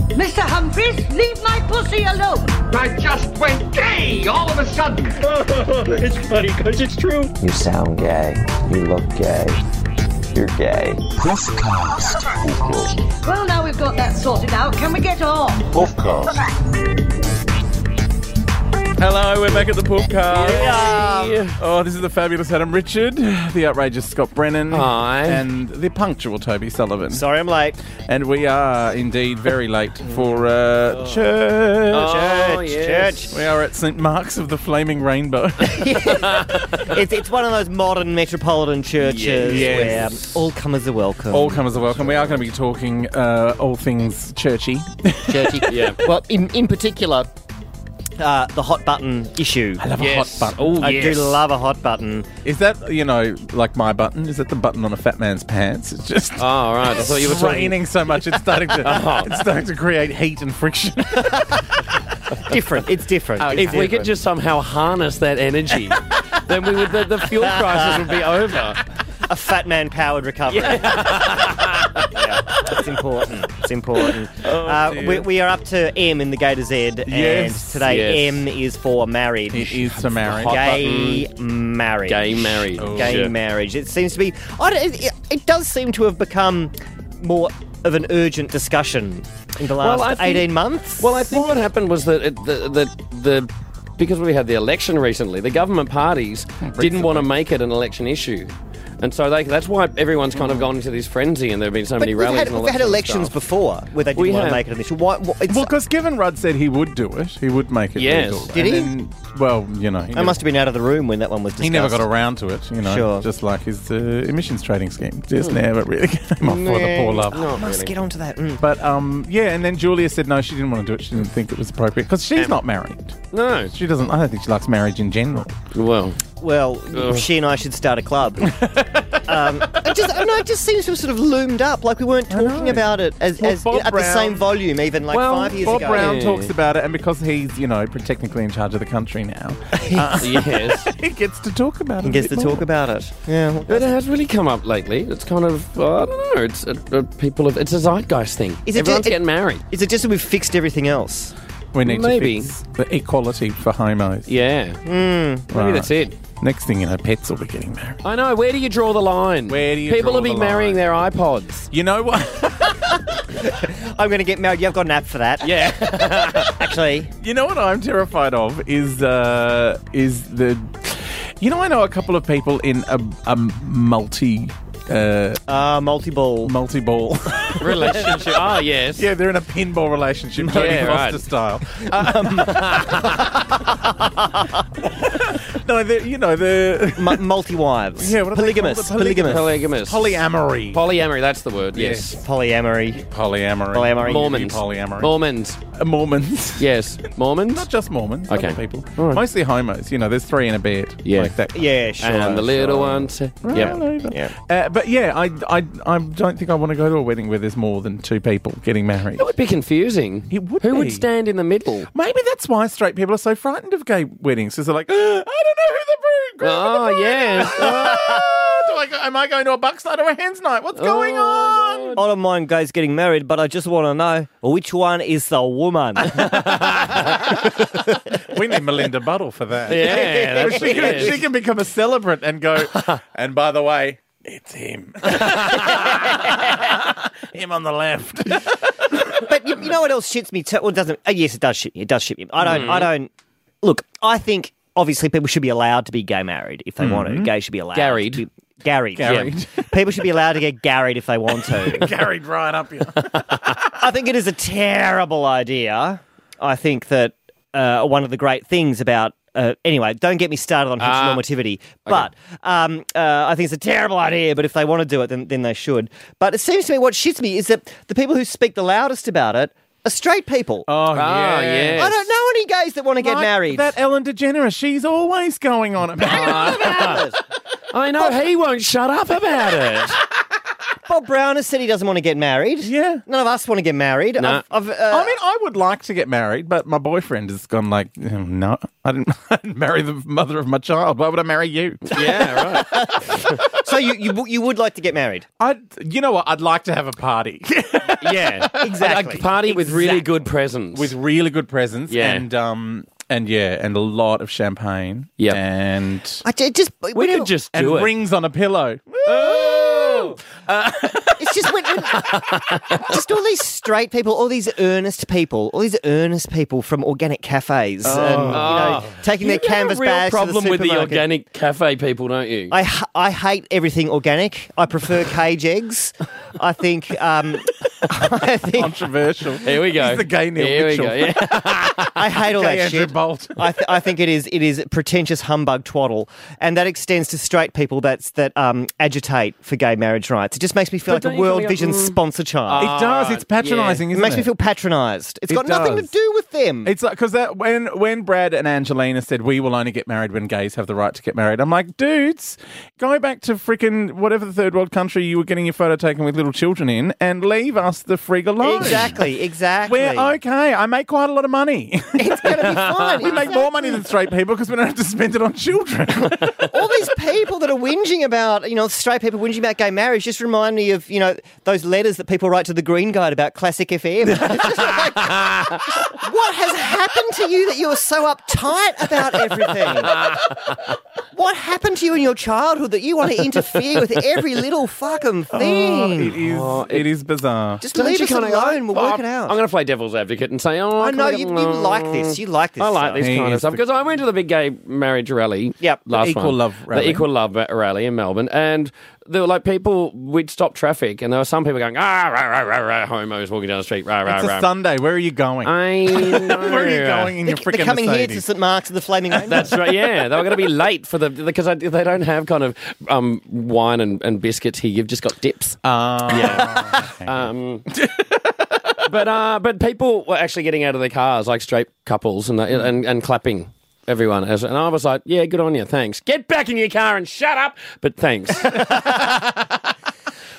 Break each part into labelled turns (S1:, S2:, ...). S1: Mr. Humphries, leave my pussy alone.
S2: I just went gay all of a sudden.
S3: it's funny because it's true.
S4: You sound gay. You look gay. You're gay. Puffcast.
S1: Well, now we've got that sorted out, can we get on?
S4: Puffcast.
S5: Hello, we're back at the podcast. Oh, this is the fabulous Adam Richard, the outrageous Scott Brennan,
S3: Hi.
S5: and the punctual Toby Sullivan.
S3: Sorry, I'm late.
S5: And we are indeed very late for uh, church.
S3: Oh,
S6: Oh,
S3: church,
S5: We are at St. Mark's of the Flaming Rainbow.
S3: church. it's, it's one of those modern metropolitan churches
S5: Yes.
S3: where all comers are welcome.
S5: all comers are welcome. We are going to be talking uh, all things churchy.
S3: churchy.
S6: Yeah.
S3: Well, in, in particular, uh, the hot button issue. I
S5: love a
S6: Yes.
S5: hot button.
S6: Oh,
S3: I
S6: yes.
S3: do love a hot button.
S5: Is that, you know, like my button? Is that the button on a fat man's pants? It's just.
S6: Oh, all right. I thought you were
S5: it's
S6: talking. Oh.
S5: raining so much, it's starting to it's starting to create heat and friction.
S3: Different. It's different.
S6: If we could just somehow harness that energy, then we would. The, the fuel crisis would be over.
S3: a fat man powered recovery. Yeah, it's important. It's important. uh,
S5: Oh, dear.
S3: we, we are up to M in the Gator Z,
S5: Yes,
S3: and today
S6: yes.
S3: M is for married.
S5: it is to marry.
S6: hot
S3: Gay marriage.
S6: Gay marriage. Oh,
S3: Gay
S6: yeah.
S3: marriage. It seems to be. I don't, it, it does seem to have become more of an urgent discussion in the last
S6: Well, I think-
S3: 18 months.
S6: Well, I think what happened was that it, the, the the because we had the election recently, the government parties didn't want to make it an election issue, and so they, that's why everyone's kind of gone into this frenzy, and there have been so
S3: but
S6: many
S3: we've
S6: rallies.
S3: had,
S6: and all
S3: we've
S6: that
S3: had
S6: sort of
S3: elections
S6: stuff.
S3: before where they didn't
S6: We
S3: want
S6: have.
S3: to make it an issue. Why, why- it's,
S5: Well, because Kevin Rudd said he would do it. He would make it
S6: Yeah.
S5: legal.
S3: Did he?
S5: And then- well, you know, he,
S3: I
S5: never,
S3: must have been out of the room when that one was discussed.
S5: he never got around to it. You know,
S3: Sure. Hmm.
S5: just like his uh, emissions trading scheme, just never really came off for the poor love.
S6: Not
S3: Must
S6: really.
S3: get onto that. Mm.
S5: But um, yeah, and then Julia said no, she didn't want to do it. She didn't think it was appropriate because she's not married.
S6: No.
S5: She doesn't. I don't think she likes marriage in general.
S6: Well,
S3: Well,
S6: Ugh.
S3: she and I should start a club. um, it just, I know, it just seems to have sort of loomed up, like we weren't
S5: I know.
S3: talking about it as,
S5: Well,
S3: as
S5: Bob
S3: at the
S5: Brown-
S3: same volume, even like
S5: well,
S3: five years
S5: Bob
S3: ago.
S5: Brown
S6: Yeah.
S5: talks about it, and because he's you know technically in charge of the country now,
S6: yes.
S5: he gets to talk about it.
S3: He
S5: a
S3: gets to
S5: bit
S3: talk
S5: more.
S3: about it. Yeah. well,
S6: But it has really come up lately. It's kind of I don't know. It's a, a people of it's a zeitgeist thing.
S3: Is it
S6: Everyone's
S3: ju- it-
S6: getting married.
S3: Is it just that we've fixed everything else?
S5: We need
S6: Maybe.
S5: to fix the equality for homos.
S6: Yeah, maybe
S5: Right.
S6: that's it.
S5: Next thing you know, pets will be getting married.
S6: I know. Where do you draw the line?
S5: Where do you
S6: people
S5: draw
S6: will be
S5: the line?
S6: marrying their iPods?
S5: You know what?
S3: I'm going to get married. Yeah, I've got an app for that.
S6: Yeah,
S3: Actually,
S5: you know what I'm terrified of is uh, is the. You know, I know a couple of people in a, a multi uh,
S3: uh, multi-ball.
S5: multi ball.
S6: relationship. Oh yes.
S5: yeah, they're in a pinball relationship, Jodie
S6: Yeah,
S5: Foster
S6: right.
S5: style. Um, no, they're, you know they're
S3: Mu- multi-wives.
S5: yeah, what are they
S3: polygamous.
S5: called? The
S3: polygamous.
S6: Polygamous.
S5: polyamory.
S6: Polyamory, that's the word, yes.
S3: Polyamory.
S5: polyamory.
S3: Polyamory.
S6: Mormons.
S5: Polyamory.
S6: Mormons.
S5: Uh, Mormons.
S6: Yes. Mormons.
S5: Not just Mormons.
S6: Okay.
S5: Other people.
S6: All right.
S5: Mostly homos. You know, there's three in a bed.
S6: Yeah.
S5: Like that.
S3: Yeah, sure.
S6: and the little
S3: sure.
S6: ones. Yeah.
S5: Right over.
S3: Yeah.
S5: Uh, but yeah, I, I, I don't think I want to go to a wedding where there's more than two people getting married.
S6: It would be confusing.
S5: It would
S6: Who
S5: be.
S6: would stand in the middle?
S5: Maybe that's why straight people are so frightened of gay weddings because they're like, "Uh, I don't know who the bride.
S6: Oh, yes.
S5: do I go, am I going to a bucks night or a hens night? What's going
S6: my
S5: on?
S3: I don't mind guys getting married, but I just want to know which one is the woman.
S5: We need Melinda Buddle for that.
S6: Yeah, that's
S5: she, can,
S6: it.
S5: she can become a celebrant and go. and by the way, it's him. him on the left.
S3: but you, you know what else shits me? Too? Well, it doesn't. Oh, yes, it does shit me. It does shit me. I don't. I don't. Look, I think obviously people should be allowed to be gay married if they want to. Gay should be allowed. to
S6: Garried.
S3: be- Garried.
S5: Garried.
S3: Yeah. people should be allowed to get garried if they want to.
S5: Carried right up here.
S3: I think it is a terrible idea. I think that uh, one of the great things about. Uh, anyway, don't get me started on heteronormativity. But um, uh, I think it's a terrible idea. But if they want to do it, then, then they should. But it seems to me what shits me is that the people who speak the loudest about it are straight people.
S5: Oh,
S6: Ah, yes.
S3: I don't know any gays that want to get
S5: Like
S3: married.
S5: That Ellen DeGeneres, she's always going
S6: Uh,
S5: on about.
S6: I know he won't shut up about it.
S3: Bob Brown has said he doesn't want to get married.
S5: Yeah.
S3: None of us want to get married.
S6: Nah.
S3: I've, I've, uh,
S5: I mean, I would like to get married, but my boyfriend has gone like, "Mm, no, I didn't, I didn't marry the mother of my child. Why would I marry you?
S6: yeah, right.
S3: so you, you you would like to get married?
S5: I, you know what? I'd like to have a party
S3: Yeah, exactly.
S6: A party with really good presents.
S5: with really good presents
S6: Yeah.
S5: and um and yeah and a lot of champagne.
S6: Yep.
S5: and
S3: I, it just
S6: we could just
S5: and
S6: do it.
S5: rings on a pillow.
S3: It's just when, when- just all these straight people, all these earnest people, all these earnest people from organic cafes, and you know, taking
S6: Oh. Ah. you
S3: their canvas
S6: have a real
S3: bags
S6: problem
S3: to the
S6: with the
S3: supermarket.
S6: organic cafe people, don't you?
S3: I, h- I hate everything organic. I prefer cage eggs. I think um, I think
S5: Controversial.
S6: Here we go.
S5: He's the gay Neil
S6: Here
S5: Mitchell.
S6: we go. Yeah.
S3: I hate all
S5: Gay
S3: that
S5: Andrew
S3: shit.
S5: Bolt.
S3: I, th- I think it is it is pretentious humbug twaddle, and that extends to straight people that's that um, agitate for gay marriage rights. It just makes me feel
S6: But
S3: like
S6: don't
S3: a
S6: you feel
S3: World
S6: like-
S3: Vision
S6: mm.
S3: sponsor child.
S5: It
S6: Oh,
S5: does. It's patronising,
S3: it
S5: Ah, isn't
S3: makes
S5: it?
S3: me feel patronised. It's
S5: It
S3: got nothing to
S5: does.
S3: do with them.
S5: It's like because that when when Brad and Angelina said we will only get married when gays have the right to get married, I'm like, dudes, go back to freaking whatever the third world country you were getting your photo taken with little children in, and leave us the frig alone.
S3: Exactly, exactly.
S5: We're okay. I make quite a lot of money.
S3: It's going to be fine.
S5: we make more money than straight people because we don't have to spend it on children.
S3: All these people that are whinging about, you know, straight people whinging about gay marriage just remind me of, you know, those letters that people write to the Green Guide about Classic FM. It's just like, what has happened to you that you are so uptight about everything? What happened to you in your childhood that you want to interfere with every little fucking
S5: it
S3: thing?
S5: is. it is bizarre.
S3: just
S6: Oh, Don't
S3: leave
S6: you
S3: us
S6: kinda
S3: alone.
S6: go,
S3: we'll work
S6: "Oh,
S3: it out.
S6: I'm going to play devil's advocate and say, oh,
S3: I
S6: can
S3: know
S6: we get-
S3: you, you like this. You like this.
S6: I like this
S5: He
S6: kind of
S5: is
S6: stuff
S5: the-
S6: because I went to the big gay marriage rally.
S3: Yep, the
S6: last
S5: Equal
S6: one.
S5: Love rally.
S6: the Equal Love rally in Melbourne, and there were like people. We'd stop traffic, and there were some people going ah rah rah rah rah homos walking down the street rah rah
S5: It's a
S6: rah.
S5: Sunday. Where are you going?
S6: I know.
S5: Where are you going in
S3: They're,
S5: your freaking
S3: they're coming
S5: Mercedes?
S3: here to St Mark's of the Flaming Rainbow.
S6: That's right. Yeah, they were going to be late for the because I, they don't have kind of um, wine and, and biscuits here. You've just got dips.
S5: Ah,
S6: Um, but uh, but people were actually getting out of their cars, like straight couples, and and, and clapping everyone. As- And I was like, yeah, good on you, thanks. Get back in your car and shut up. But thanks.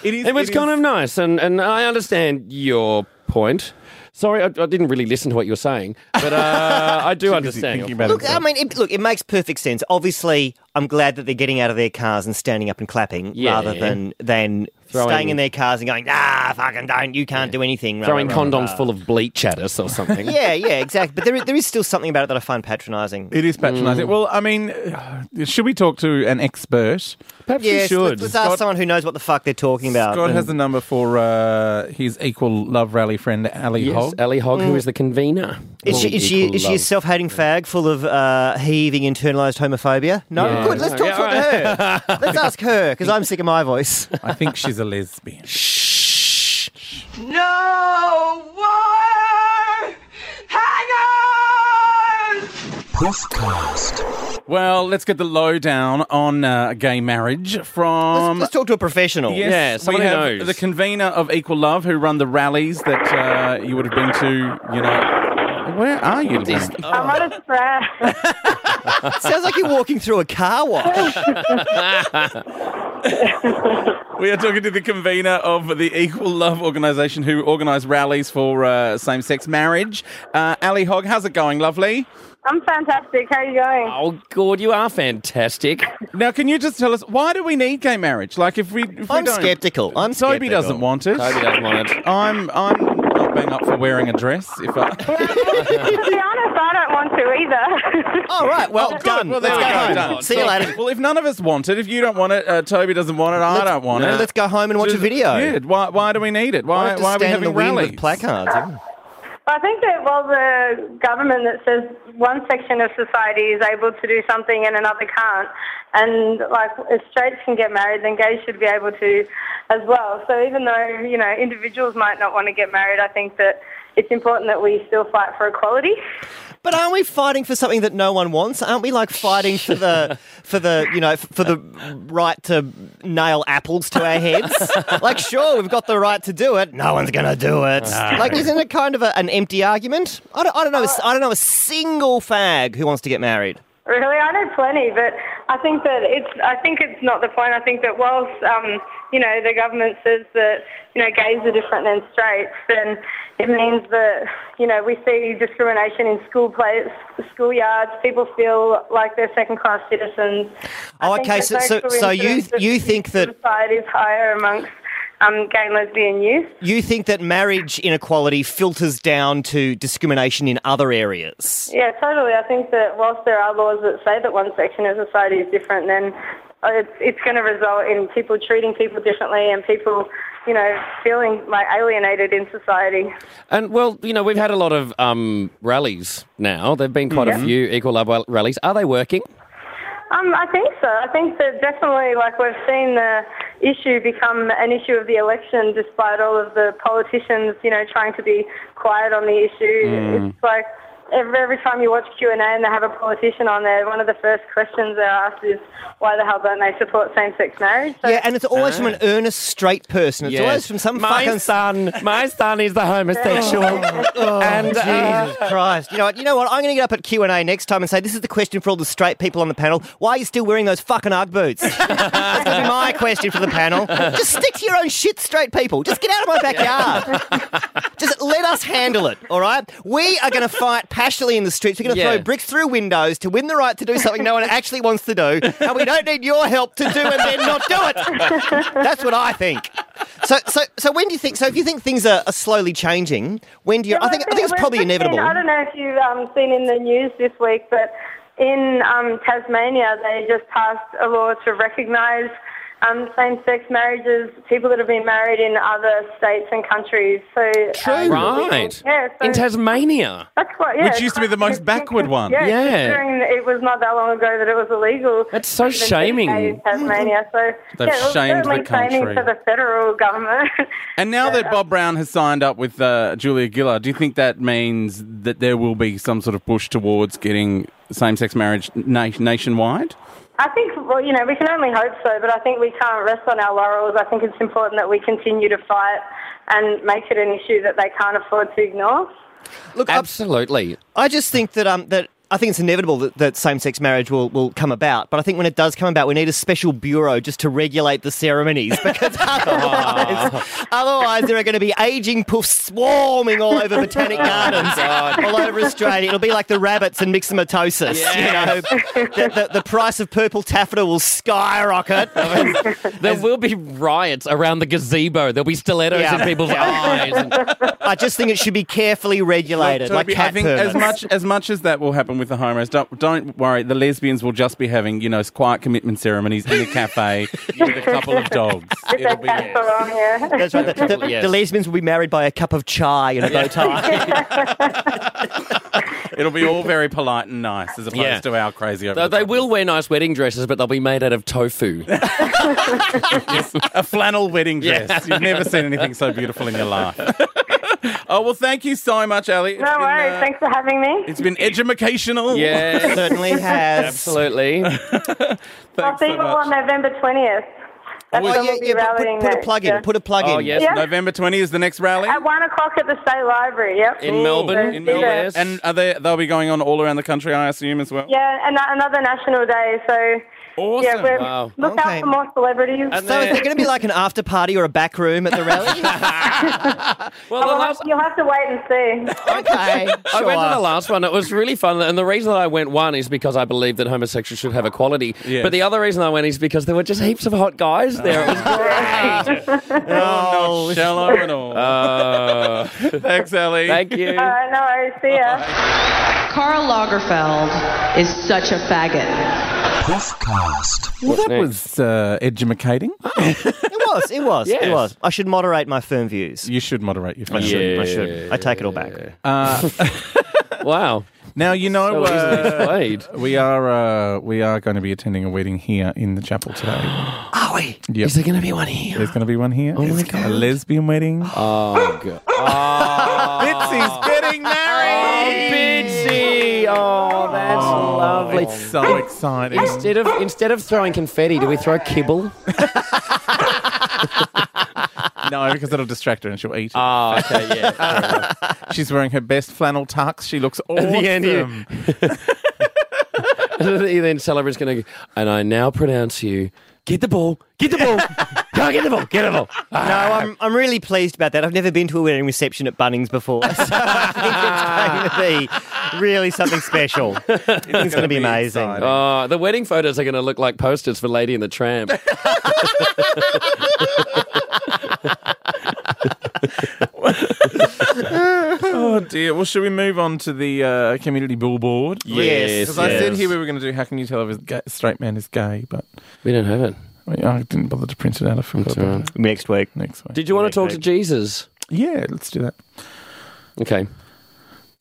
S5: It is.
S6: it was
S5: it
S6: kind
S5: is-
S6: of nice, and and I understand your point. Sorry, I, I didn't really listen to what you were saying, but uh, I do understand.
S5: Thinking
S6: your
S5: about
S3: Look,
S5: it.
S3: I mean, it, look, it makes perfect sense. Obviously, I'm glad that they're getting out of their cars and standing up and clapping
S6: Yeah.
S3: rather than than
S6: Throwing-
S3: staying in their cars and going, ah, fucking don't, you can't do anything. rah,
S6: Throwing
S3: rah, rah, rah,
S6: condoms
S3: rah."
S6: full of bleach at us or something.
S3: uh, Yeah, yeah, exactly. But there, is- there is still something about it that I find patronising.
S5: It is patronising.
S3: Mm.
S5: Well, I mean, uh, should we talk to an expert? Perhaps
S3: Yes, Let's, let's ask someone who knows what the fuck they're talking about.
S5: Scott has
S3: And-
S5: the number for uh, his equal love rally friend, Ali
S6: Yes,
S5: Hogg.
S6: Ali Hogg, who is the convener.
S3: is she, is she, is she a self hating fag full of uh, heaving internalised homophobia? No?
S6: Yeah.
S3: Good, let's talk,
S6: Yeah,
S3: talk to her. let's ask her, because I'm sick of my voice.
S5: I think she's a lesbian.
S2: No more hangers!
S5: well, let's get the lowdown on uh, gay marriage
S3: Let's,
S5: from.
S3: let's talk to a professional.
S5: Yes,
S6: Yeah, someone
S5: we
S6: who
S5: have
S6: knows.
S5: the convener of Equal Love, who run the rallies that uh, you would have been to. You know, where are you? Lorraine?
S7: I'm out of breath.
S3: Sounds like you're walking through a car wash.
S5: We are talking to the convener of the Equal Love organisation who organise rallies for uh, same sex marriage. Uh, Ali Hogg, how's it going, lovely?
S7: I'm fantastic. How are you going?
S6: Oh, God, you are fantastic.
S5: Now, can you just tell us why do we need gay marriage? Like, if we, if we
S3: I'm
S5: don't-
S3: sceptical. I'm
S5: Toby
S3: skeptical.
S5: doesn't want it.
S6: Toby doesn't want it.
S5: I'm I'm not bang up for wearing a dress. If I,
S7: to be honest, I don't want to either.
S3: All right, well done.
S5: Oh, Well, there
S3: let's
S5: we
S3: go home.
S5: go.
S3: See you later.
S5: Well, if none of us want it, if you don't want it, uh, Toby doesn't want it. I don't want
S3: No,
S5: it.
S3: let's go home and watch a
S5: Just-
S3: video.
S5: Yeah. Why, why do we need it?
S3: I
S5: Why,
S3: have to
S5: why are we
S3: stand in
S5: having
S3: the wind
S5: rallies?
S3: with placards.
S7: I think that, well, the government that says one section of society is able to do something and another can't, and like if straights can get married, then gays should be able to as well. So even though, you know, individuals might not want to get married, I think that it's important that we still fight for equality.
S3: But aren't we fighting for something that no one wants? Aren't we like fighting for the for the you know f- for the right to nail apples to our heads? like, sure, we've got the right to do it. No one's gonna do it.
S5: Ah.
S3: Like, isn't it kind of a, an empty argument? I don't, I don't know. a s- I don't know a single fag who wants to get married.
S7: Really, I know plenty, but I think that it's. I think it's not the point. I think that whilst um, you know, the government says that, you know, gays are different than straights, then it means that, you know, we see discrimination in school place, schoolyards. People feel like they're second-class citizens.
S3: Oh,
S7: I think
S3: okay,
S7: there's
S3: so-
S7: no
S3: so- so you-
S7: coincidence that
S3: you think that-
S7: suicide is higher amongst um, gay and lesbian youth?
S3: You think that marriage inequality filters down to discrimination in other areas?
S7: Yeah, totally. I think that whilst there are laws that say that one section of society is different, then uh, it's, it's going to result in people treating people differently and people, you know, feeling like alienated in society.
S6: And well, you know, we've had a lot of um, rallies now. There've been quite
S7: Mm-hmm.
S6: a few equal love rall- rallies. Are they working?
S7: Um, I think so. I think that definitely, like we've seen the issue become an issue of the election, despite all of the politicians, you know, trying to be quiet on the issue. It's like every, every time you watch Q and A and they have a politician on there, one of the first questions they're asked is, "Why the hell don't they support same-sex marriage?" So
S3: Yeah, and it's always from an earnest straight person. It's always from some
S6: my
S3: fucking Oh,
S6: son. My son is the homosexual. and uh,
S3: Jesus Christ! You know what? You know what? I'm going to get up at Q and A next time and say this is the question for all the straight people on the panel. Why are you still wearing those fucking UGG boots? That's going to be my question for the panel. Just stick to your own shit, straight people. Just get out of my backyard. Just let us handle it. All right? We are going to fight passionately in the streets. We're going to
S6: Yeah.
S3: throw bricks through windows to win the right to do something no one actually wants to do, and we don't need your help to do and then not do it. That's what I think. So, so, so when do you think? So, if you think things are, are slowly changing, when do you?
S7: Yeah,
S3: I think, I think it's
S7: we've
S3: probably
S7: just seen-
S3: inevitable.
S7: I don't know if you've um, seen in the news this week, but in um, Tasmania they just passed a law to recognise um, same-sex marriages, people that have been married in other states and countries. So um,
S6: True. Right.
S7: Yeah, so
S6: in Tasmania.
S7: that's quite, yeah,
S5: Which used to be the most backward one.
S7: Yeah,
S6: Yeah.
S7: considering it was not that long ago that it was illegal.
S6: That's so
S7: even to
S6: shaming.
S7: stay in Tasmania. So
S5: They've
S7: yeah, it was
S5: shamed the
S7: certainly
S5: country.
S7: shaming for the federal government.
S5: And now that Bob Brown has signed up with uh, Julia Gillard, do you think that means that there will be some sort of push towards getting same-sex marriage na- nationwide?
S7: I think, well, you know, we can only hope so, but I think we can't rest on our laurels. I think it's important that we continue to fight and make it an issue that they can't afford to ignore.
S3: Look, I,
S6: Absolutely.
S3: I just think that um that. I think it's inevitable that, that same-sex marriage will, will come about, but I think when it does come about, we need a special bureau just to regulate the ceremonies because otherwise, otherwise there are going to be aging poofs swarming all over botanic gardens, all over Australia. It'll be like the rabbits and myxomatosis. You know, the, the, the price of purple taffeta will skyrocket.
S6: There will be riots around the gazebo. There'll be stilettos
S3: Yeah.
S6: in people's eyes. And,
S3: I just think it should be carefully regulated, like
S5: Toby,
S3: cat
S5: I think
S3: permits.
S5: as much as much as that will happen with the homos, don't don't worry. The lesbians will just be having you know quiet commitment ceremonies in a cafe with a couple of dogs.
S7: If
S5: It'll
S7: they
S5: be
S7: can't go on, yeah.
S3: That's right. The, the-
S6: yes.
S3: the lesbians will be married by a cup of chai and a bow tie.
S5: it'll be all very polite and nice as opposed
S6: Yeah.
S5: to our crazy. Over
S6: Though
S5: the
S6: they
S5: top.
S6: will wear nice wedding dresses, but they'll be made out of tofu.
S5: a flannel wedding dress. You've never seen anything so beautiful in your life. oh well, thank you so much, Ali. It's
S7: No
S5: been,
S7: worries.
S5: uh,
S7: Thanks for having me.
S5: It's been educational.
S6: Yeah,
S3: Certainly has.
S6: absolutely.
S7: I'll
S5: Thanks
S7: see
S5: so
S7: you all on
S5: much.
S7: November 20th. That's
S3: Oh,
S7: when
S3: yeah,
S7: we'll be
S3: yeah, but
S7: rallying
S3: put, put a
S7: next,
S3: plug
S7: yeah.
S3: in. Put a plug
S6: Oh
S3: in.
S6: yes,
S7: Yeah.
S5: November 20 is the next rally.
S7: At 1 o'clock at the State Library, yep.
S6: in Melbourne,
S5: in
S7: Yeah.
S5: Melbourne.
S6: Yes.
S5: And are they, they'll be going on all around the country, I assume, as well?
S7: Yeah, and a- another national day, so...
S5: Awesome.
S7: Yeah, we're,
S6: Wow.
S7: look
S3: Okay.
S7: out for more celebrities.
S3: So is there going to be like an after party or a back room at the rally?
S6: Well, the
S7: Well,
S6: last,
S7: You'll have to wait and see.
S3: okay.
S6: I went to the
S3: sure.
S6: last one. It was really fun, and the reason that I went one is because I believe that homosexuals should have equality.
S5: Yes.
S6: But the other reason I went is because there were just heaps of hot guys there. It was great.
S5: Oh, not shallow at all.
S6: Oh,
S5: Thanks, Ali.
S6: thank you.
S7: All right, no worries. See ya.
S8: Karl Lagerfeld is such a faggot.
S4: Puffcast.
S5: Well, that was uh, edumacating.
S3: It was. It was. It
S6: Yes.
S3: was. I should moderate my firm views.
S5: You should moderate your
S3: I
S5: feelings.
S3: should. I should. I take it all back.
S6: Wow.
S5: Now, you know,
S6: So easily
S5: uh,
S6: explained.
S5: we are uh, we are going to be attending a wedding here in the chapel today.
S6: Are we?
S5: Yep.
S6: Is there going to be one here?
S5: There's going to be one here. Oh,
S6: my
S5: A
S6: God.
S5: lesbian wedding.
S6: Oh, God.
S5: Bitsy's getting married.
S6: Bitsy. Oh, that's lovely.
S5: It's so exciting.
S6: Instead of instead of throwing confetti, do we throw kibble?
S5: no, because it'll distract her and she'll eat. it.
S6: Oh, okay, yeah.
S5: She's wearing her best flannel tux. She looks awesome.
S6: the end, you- then celebrant's going to, and I now pronounce you. Get the ball. Get the ball. Go get the ball, get the ball.
S3: No, I'm, I'm really pleased about that. I've never been to a wedding reception at Bunnings before, so I think it's going to be really something special. It's, going to be, amazing.
S5: exciting.
S6: Oh, the wedding photos are going to look like posters for Lady and the Tramp.
S5: Oh dear. Well, should we move on to the uh, community billboard?
S3: Yes,
S5: Because I said here we were going to do how can you tell if a ga- straight man is gay, but
S6: we don't have it.
S5: I mean, I didn't bother to print it out. I forgot
S6: all
S5: about
S6: right.
S5: it.
S3: Next week.
S5: Next week.
S6: Did you want to talk to Jesus?
S5: yeah, let's do that.
S6: Okay.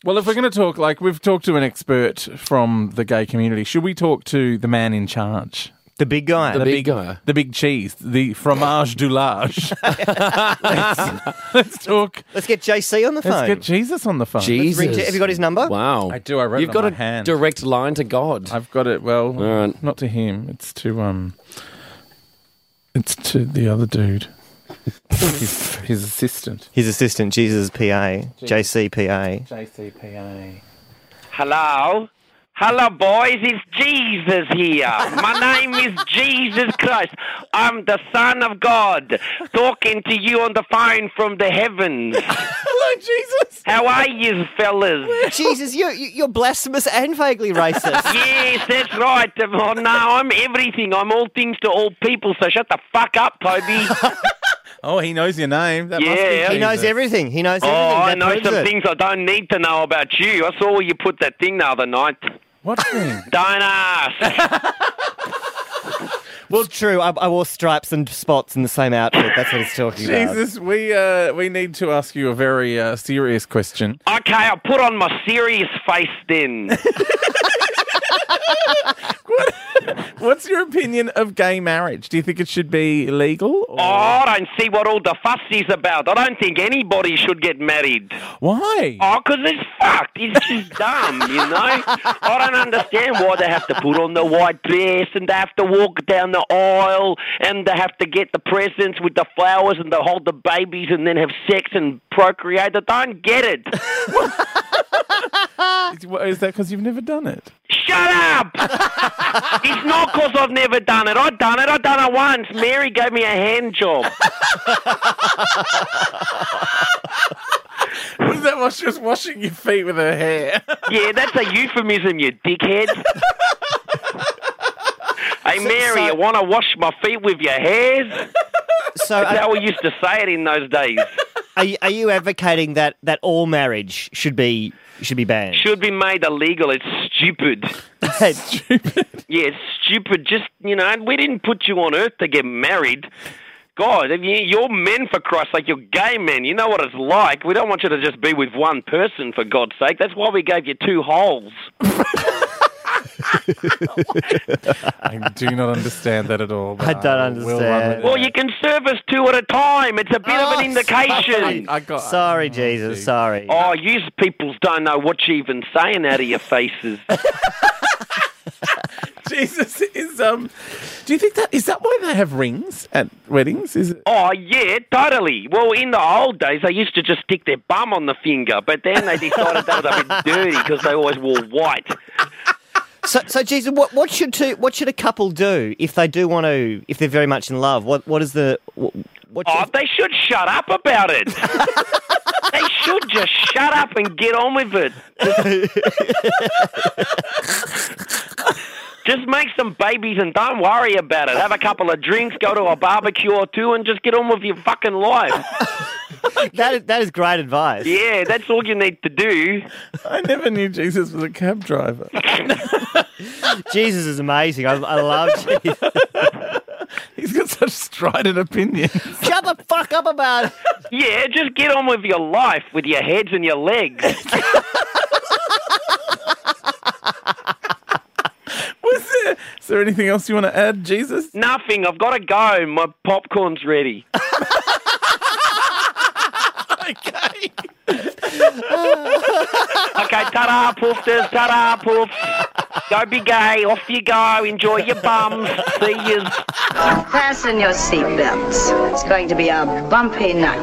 S5: Well, if we're going to talk, like we've talked to an expert from the gay community, should we talk to the man in charge?
S3: The big guy.
S6: The big guy.
S5: The big cheese, the fromage du large. let's, let's talk.
S3: Let's get JC on the
S5: Let's
S3: phone.
S5: get Jesus on the phone.
S6: Jesus.
S3: ring to- have you got his number?
S6: Wow.
S5: I do, I wrote
S6: You've
S5: it
S6: got
S5: on
S6: a
S5: my hand.
S6: direct line to God.
S5: I've got it. Well,
S6: right.
S5: not to him. It's to um. It's to the other dude. his, his assistant.
S3: His assistant, Jesus PA, JCPA.
S5: JCPA.
S9: Hello? Hello, boys. It's Jesus here. My name is Jesus Christ. I'm the Son of God talking to you on the phone from the heavens.
S5: Hello, Jesus.
S9: How are you, fellas?
S3: Jesus, you're, you're blasphemous and vaguely racist.
S9: Yes, that's right. Oh, no, I'm everything. I'm all things to all people, so shut the fuck up, Toby.
S5: Oh, he knows your name. That must be
S9: Yeah.
S3: he knows
S5: Jesus.
S3: everything. He knows
S9: Oh,
S3: everything.
S9: I
S3: That
S9: know
S3: proves
S9: some
S3: it.
S9: things I don't need to know about you. I saw where you put that thing the other night.
S5: What thing?
S9: Don't ask.
S3: Well, true. I, I wore stripes and spots in the same outfit. That's what he's talking about.
S5: Jesus, we uh, we need to ask you a very uh, serious question.
S9: okay, I'll put on my serious face then.
S5: What's your opinion of gay marriage? Do you think it should be illegal? or-
S9: Oh, I don't see what all the fuss is about. I don't think anybody should get married.
S5: Why?
S9: Oh, 'cause it's fucked. It's just dumb, you know? I don't understand why they have to put on the white dress and they have to walk down the aisle and they have to get the presents with the flowers and they hold the babies and then have sex and procreate. I don't get it.
S5: Is, wha- is that because you've never done it?
S9: Shut up! it's not 'cause I've never done it. I've done it. I've done it once. Mary gave me a hand job.
S5: Was that was just washing your feet with her hair?
S9: Yeah, that's a euphemism, you dickhead. hey, Mary, you want to wash my feet with your hairs?
S3: So,
S9: That's
S3: are,
S9: how we used to say it in those days.
S3: are, you, are you advocating that, that all marriage should be should be banned?
S9: Should be made illegal. It's stupid. Yeah, it's stupid. Just, you know, we didn't put you on earth to get married. God, if you- you're men for Christ's sake. You're gay men. You know what it's like. We don't want you to just be with one person, for God's sake. That's why we gave you two holes.
S5: I do not understand that at all. but
S3: I don't
S5: will
S3: understand.
S5: run with
S9: Well,
S5: it.
S9: you can service two at a time. It's a bit of
S3: Oh,
S9: an indication.
S5: I got.
S3: sorry, Jesus.
S5: gee.
S3: Sorry.
S9: Oh, you peoples don't know what you're even saying out of your faces.
S5: Jesus is um. Do you think that is that why they have rings at weddings? Is it?
S9: oh, yeah, totally. Well, in the old days, they used to just stick their bum on the finger, but then they decided that was a bit dirty because they always wore white.
S3: So, so Jesus, what, what should two, what should a couple do if they do want to if they're very much in love? What what is the what, what
S9: Oh,
S3: should,
S9: they should shut up about it. they should just shut up and get on with it. Just make some babies and don't worry about it. Have a couple of drinks, go to a barbecue or two, and just get on with your fucking life.
S3: that is, that is great advice.
S9: Yeah, that's all you need to do.
S5: I never knew Jesus was a cab driver.
S3: Jesus is amazing. I, I love Jesus.
S5: He's got such strident opinions.
S3: Shut the fuck up about it.
S9: Yeah, just get on with your life with your heads and your legs.
S5: Was there, is there anything else you want to add, Jesus?
S9: Nothing. I've got to go. My popcorn's ready.
S5: Okay.
S9: Okay, ta-da, poofters, ta-da, poof. Go be gay. Off you go. Enjoy your bums. See yous.
S10: Fasten your seatbelts. It's going to be a bumpy night.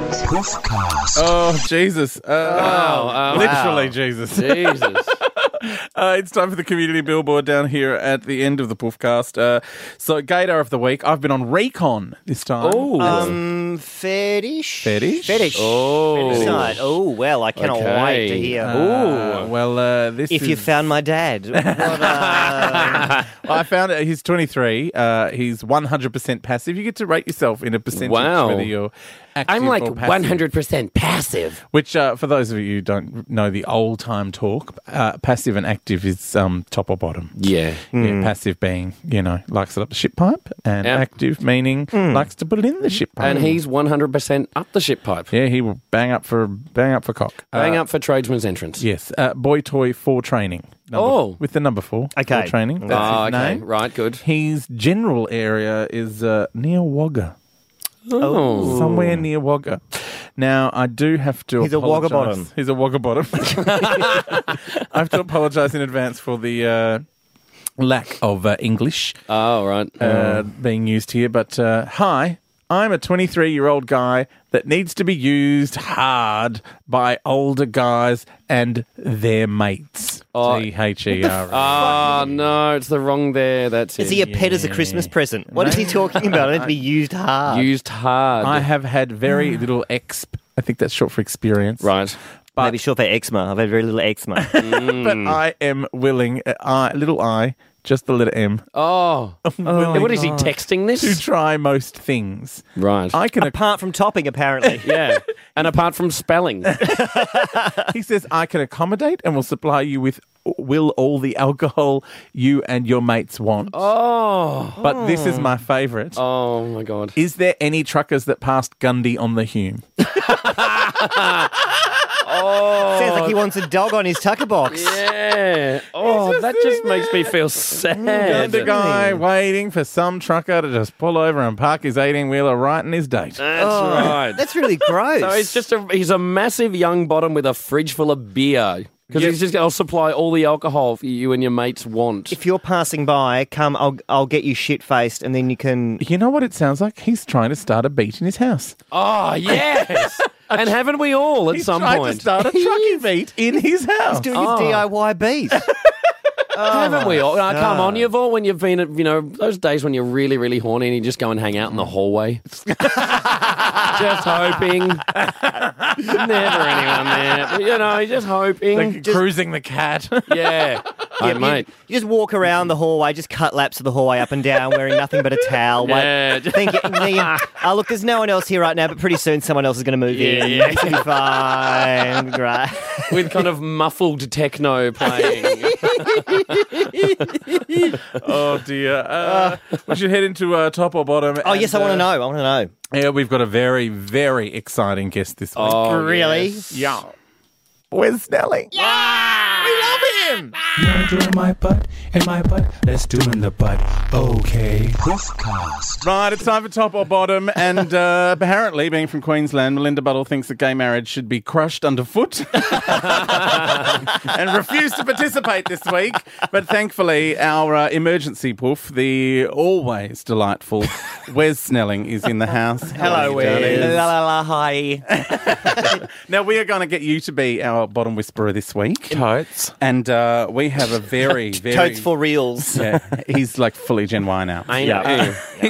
S5: Oh, Jesus. Uh,
S6: Oh,
S5: Literally, Jesus.
S6: Jesus.
S5: Uh, it's time for the community billboard down here at the end of the Poofcast. Uh, so, Gator of the Week. I've been on Recon this time.
S6: Oh.
S3: Um, fetish.
S5: Fetish?
S3: Fetish.
S6: Oh.
S3: Fetish night. Oh, well, I cannot
S6: Okay.
S3: wait to hear.
S5: Uh, well, uh, this
S3: if you
S5: is-
S3: found my dad. What, uh,
S5: I found it. He's 23. Uh, he's 100% passive. You get to rate yourself in a percentage
S6: Wow.
S5: whether you're active
S6: I'm like
S5: or passive.
S6: 100% passive.
S5: Which, uh, for those of you who don't know the old time talk, uh, passive and active is um, top or bottom.
S6: Yeah.
S5: Yeah, passive being, you know, likes it up the ship pipe, and
S6: Hmm. Yeah. Hmm.
S5: active meaning likes to put it in the ship pipe.
S6: And he's 100% up the ship pipe.
S5: yeah, he will bang up for bang up for cock.
S6: Bang up for tradesman's entrance.
S5: Yes, uh, boy toy for training. Number-
S6: Oh.
S5: with the number four. for
S3: Okay.
S5: training. That's
S6: Oh,
S5: his
S6: okay.
S5: name.
S6: Right, good.
S5: His general area is uh, near Wagga,
S6: Oh.
S5: somewhere near Wagga. Now I do have to.
S3: He's a Wagga
S5: apologise.
S3: bottom.
S5: He's a Wagga bottom. I have to apologise in advance for the uh, lack of uh, English
S6: Oh, right.
S5: uh, being used here. But uh, hi, I'm a 23 year old guy that needs to be used hard by older guys and their mates.
S6: Oh.
S5: T H E R. A.
S6: Oh, no, it's the wrong there. That's
S3: is
S6: it.
S3: he a pet as a Christmas present? What is he talking about? I need to be used hard.
S6: Used hard.
S5: I have had very little exp. I think that's short for experience.
S6: right.
S5: but-
S3: Maybe short for eczema. I've had very little eczema.
S6: Mm.
S5: But I am willing, uh, I, little I, just the letter M,
S6: Oh.
S5: willing
S6: what is he texting
S5: to
S6: this?
S5: try most things.
S6: Right.
S5: I can.
S3: Apart from topping, apparently.
S6: yeah. And apart from spelling.
S5: He says, I can accommodate and will supply you with will all the alcohol you and your mates want.
S6: oh.
S5: But this is my favourite.
S6: Oh, my God.
S5: Is there any truckers that passed Gundy on the Hume?
S3: Sounds like he wants a dog on his tucker box.
S6: Oh. Yeah. Oh,
S5: just
S6: that just
S5: sitting
S6: makes me
S5: Mm,
S6: feel
S5: And the
S6: sad.
S5: guy waiting for some trucker to just pull over and park his 18 wheeler right in his date.
S6: That's right.
S3: That's really gross.
S6: So he's just a he's a massive young bottom with a fridge full of beer because he's just going to supply all the alcohol for you and your mates want.
S3: if you're passing by, come, I'll, I'll get you shit faced, and then you can.
S5: You know what it sounds like? He's trying to start a beat in his house.
S6: Oh yes, and haven't we all at
S5: He's
S6: some
S5: trying
S6: point?
S5: to start a trucking beat in his house.
S3: Do his
S11: Oh.
S3: DIY beat.
S6: haven't we all? Oh, come on, you've all when you've been at you know those days when you're really really horny and you just go and hang out in the hallway, just hoping. Never anyone there, but, you know. You're just hoping.
S5: Like cruising the cat.
S6: yeah, Hey, mate.
S3: You just walk around the hallway, just cut laps of the hallway up and down, wearing nothing but a towel. wait-
S6: Yeah.
S3: thinking, thinking, oh, look, there's no one else here right now, but pretty soon someone else is going to move in.
S6: Yeah.
S3: It's gonna be fine. Great.
S6: with kind of muffled techno playing.
S5: oh dear. Uh, we should head into uh, top or bottom. uh,
S3: Oh, yes, I want to know. I want to know.
S5: Yeah, we've got a very, very exciting guest this week.
S11: Oh,
S3: Oh. really?
S5: Yeah. Where's Snelling? We love him. Right, it's time for top or bottom, and uh, apparently, being from Queensland, Melinda Buttle thinks that gay marriage should be crushed underfoot and refused to participate this week. But thankfully, our uh, emergency poof, the always delightful Wes Snelling, is in the house. Hello,
S3: La, la, la, hi.
S5: Now we are going to get you to be our bottom whisperer this week, totes, and uh, we have a very, very
S3: Totes for reals.
S5: yeah, he's like fully Gen Y now.
S6: I know.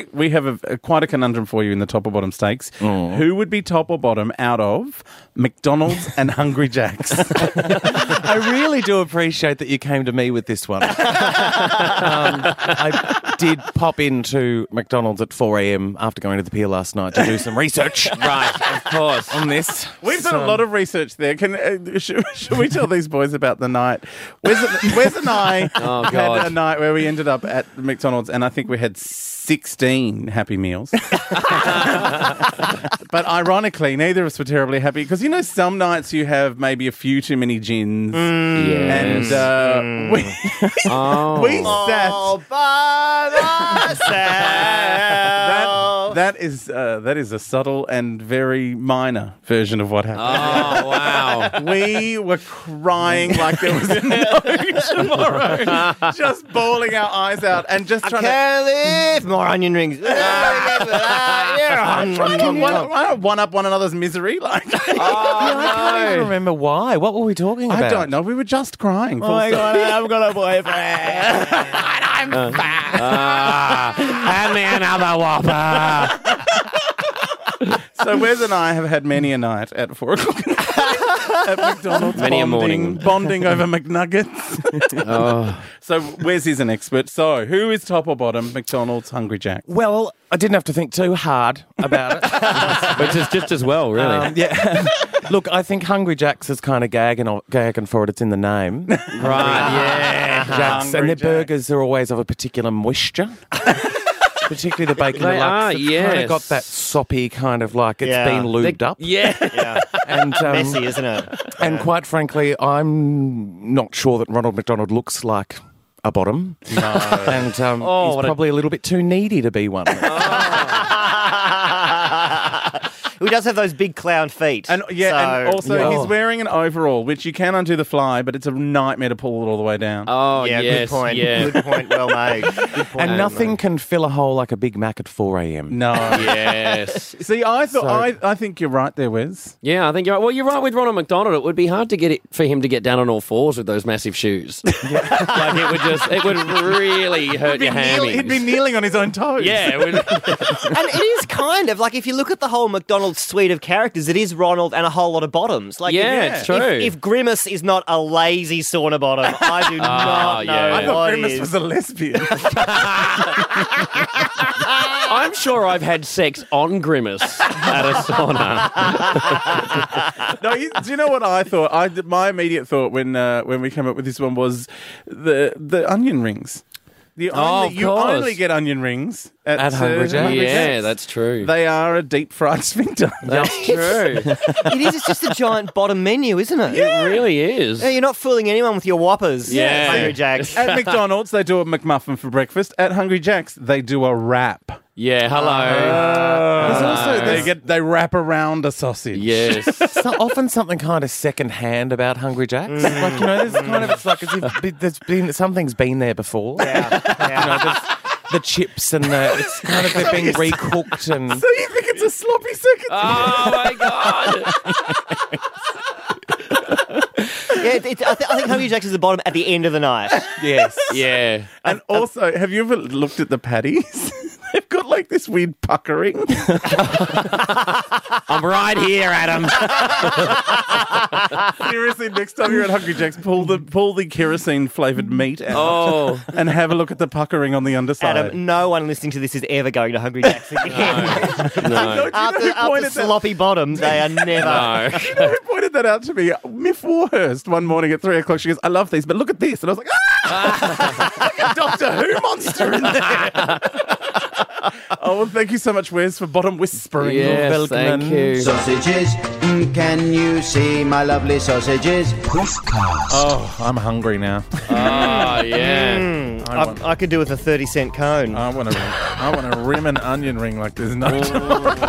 S5: we have a, a- quite a conundrum for you in the top or bottom stakes.
S11: Mm.
S5: Who would be top or bottom out of McDonald's and Hungry Jack's?
S11: I really do appreciate that you came to me with this one. um, I did pop into McDonald's at 4 a.m. after going to the pier last night to do some research.
S6: right, of course.
S11: On this,
S5: We've done a lot of research there. Can uh, should, should we tell these boys about the night? Wes, Wes and I
S6: Oh,
S5: had
S6: God.
S5: a night where we ended up at McDonald's, and I think we had sixteen Happy Meals. but ironically, neither of us were terribly happy because you know some nights you have maybe a few too many gins, and
S6: Mm. Yes.
S5: uh, we
S6: oh.
S5: we sat.
S3: Oh, All by myself.
S5: That, That is uh, that is a subtle and very minor version of what happened.
S6: Oh wow!
S5: we were crying like there was no tomorrow, just bawling our eyes out and just trying to.
S3: live. More onion rings.
S5: Trying to one, why not one up one another's misery, like
S11: I don't remember why. What were we talking Oh, about?
S5: I don't know. We were just crying.
S11: Oh my
S5: full stop.
S11: god, I've got a boyfriend. I'm fat.
S6: Ah,
S11: hand me another whopper.
S5: So Wes and I have had many a night at four o'clock in the morning at McDonald's.
S6: Many a
S5: bonding,
S6: morning.
S5: bonding over McNuggets.
S11: Oh.
S5: So Wes is an expert. So who is top or bottom? McDonald's, Hungry Jack.
S11: Well, I didn't have to think too hard about it.
S6: Which is just as well, really.
S11: Um, yeah. Look, I think Hungry Jack's is kind of gagging, gagging for it. It's in the name.
S6: right, yeah.
S11: Jack's, and
S5: Hungry
S11: their
S5: Jack.
S11: burgers are always of a particular moisture. Particularly the bacon
S6: They
S11: deluxe.
S6: are,
S11: They've kind
S6: yes.
S11: of got that soppy kind of like it's
S3: Yeah.
S11: been lubed up.
S6: Yeah.
S11: And, um,
S3: Messy, isn't it?
S11: And quite frankly, I'm not sure that Ronald McDonald looks like a bottom. and um, he's probably a... little bit too needy to be one.
S3: Oh. Who does have those big clown feet?
S5: And yeah, and
S3: So-
S5: also
S11: yeah.
S5: he's wearing an overall, which you can undo the fly, but it's a nightmare to pull it all the way down.
S6: Oh,
S3: yeah,
S6: yes.
S3: good point.
S6: Yeah.
S3: Good point. Well made. Good point.
S11: and nothing can fill a hole like a Big Mac at 4 a.m.
S5: No.
S6: yes.
S5: See, I thought
S11: So-
S5: I, I think you're right there, Wes.
S6: Yeah, I think you're right. Well, you're right with Ronald McDonald. It would be hard to get it for him to get down on all fours with those massive shoes. like it would just, it would really hurt your hammy.
S5: he'd be kneeling on his own toes.
S6: yeah, it would,
S3: and it is kind of like if you look at the whole McDonald's suite of characters, it is Ronald and a whole lot of bottoms. Like,
S6: Yeah,
S3: if,
S6: it's true.
S3: If, if Grimace is not a lazy sauna bottom, I do
S6: Ah,
S3: not know
S6: yeah.
S5: I thought
S3: what
S5: Grimace
S3: is.
S5: was a lesbian.
S6: I'm sure I've had sex on Grimace at a sauna.
S5: no, you, do you know what I thought? I my immediate thought when uh, when we came up with this one was the the onion rings. The
S6: Oh,
S5: only,
S6: of
S5: you
S6: course.
S5: only get onion rings at,
S11: At
S5: uh,
S11: Hungry Jack's.
S5: Hungry
S6: yeah,
S5: Jack's.
S6: that's true.
S5: They are a deep fried sphincter.
S6: that's true.
S3: it is. It's just a giant bottom menu, isn't it?
S6: It really is.
S3: Yeah, You're not fooling anyone with your whoppers,
S6: Yeah.
S3: Hungry Jacks.
S5: At McDonald's, they do a McMuffin for breakfast. At Hungry Jack's, they do a wrap.
S6: Yeah, hello. Uh-huh.
S5: There's also, they get they wrap around a sausage.
S6: yes.
S11: It's not often something kind of second hand about Hungry Jack's.
S3: Mm.
S11: Like, you know, there's kind of, it's like as if be- there's been, something's been there before.
S3: Yeah,
S11: You know,
S3: yeah.
S11: there's the chips and the, it's kind of, they're being recooked and.
S5: So you think it's a sloppy second?
S6: Oh my god.
S3: yeah it, it- I, th- I think Hungry Jacks is the bottom at the end of the night.
S11: Yes.
S6: Yeah.
S5: and also, have you ever looked at the patties? They've got like this weird puckering.
S6: I'm right here, Adam.
S5: Seriously, next time you're at Hungry Jack's, pull the pull the kerosene flavored meat out
S6: Oh.
S5: and have a look at the puckering on the underside.
S3: Adam, no one listening to this is ever going to Hungry Jacks again.
S6: No.
S3: after after
S5: pointed that-
S3: sloppy bottoms, they are never.
S6: No.
S5: You know who pointed that out to me? Miff Warhurst one morning at three o'clock. She goes, "I love these, but look at this," and I was like, "Ah!" like a Doctor Who monster in there. oh, well, thank you so much, Wes, for bottom whispering.
S6: Yes,
S11: Velkman.
S6: thank you.
S4: Sausages, mm, can you see my lovely sausages? Puffcast.
S5: Oh, I'm hungry now.
S6: Oh, yeah.
S5: I want,
S3: I, I could do with a 30 cent cone.
S5: I want to, I want to rim an onion ring like there's no.
S6: I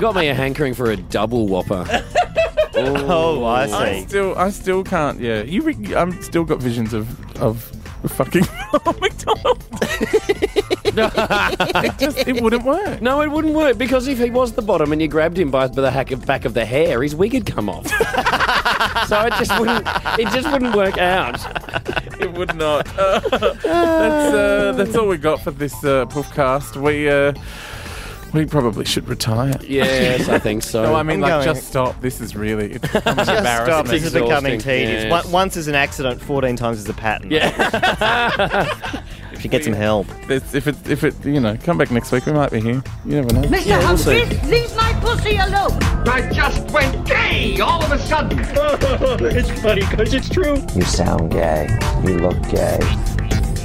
S6: got me a hankering for a double whopper.
S3: oh, I
S5: I
S3: see.
S5: still, I still can't. Yeah, you. Re- I'm still got visions of of fucking McDonald's. it just it wouldn't work.
S6: No, it wouldn't work because if he was the bottom and you grabbed him by, by the hack of, back of the hair, his wig had come off. so it just wouldn't. It just wouldn't work out.
S5: It would not. Uh, that's uh, that's all we got for this uh, podcast. We uh, we probably should retire.
S6: Yes, I think so.
S5: No, I mean
S3: I'm
S5: like
S3: going.
S5: just stop. This is really it's become
S3: Stop,
S5: embarrassing.
S3: this is becoming
S6: Exhausting.
S3: tedious.
S6: Yes.
S3: One- Once is an accident, 14 times is a pattern.
S6: yeah.
S3: You should get some help.
S5: It's- if it if it you know come back next week, we might be here. You never know.
S1: Mr. Humphries, leave my pussy alone.
S2: I just went gay all of a sudden. it's funny because it's true.
S4: You sound gay. You look gay.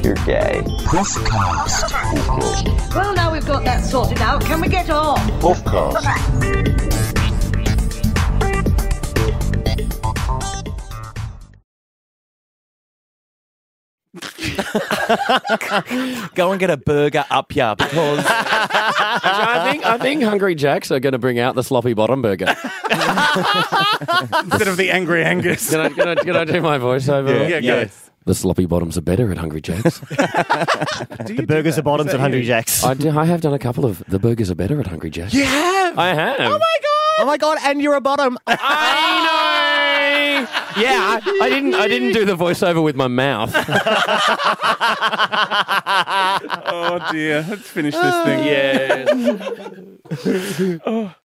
S4: You're gay. Puffcast. Puffcast.
S1: Well, now we've got that sorted out, can we get on?
S4: Puffcast.
S11: Go and get a burger up ya because
S6: I think I think Hungry Jacks are going to bring out the sloppy bottom burger.
S5: Instead of the angry Angus.
S6: Can I, can I, can I do my voiceover?
S5: Yeah, yeah, go.
S6: The sloppy bottoms are better at Hungry Jacks.
S3: the burgers are bottoms at Hungry Jacks.
S6: I, do, I have done a couple of the burgers are better at Hungry Jacks.
S11: You have.
S6: I have.
S11: Oh my god. Oh my god. And you're a bottom.
S6: I know. Yeah, I, I didn't. I didn't do the voiceover with my mouth.
S5: oh dear. Let's finish this thing.
S6: yeah.
S5: Oh.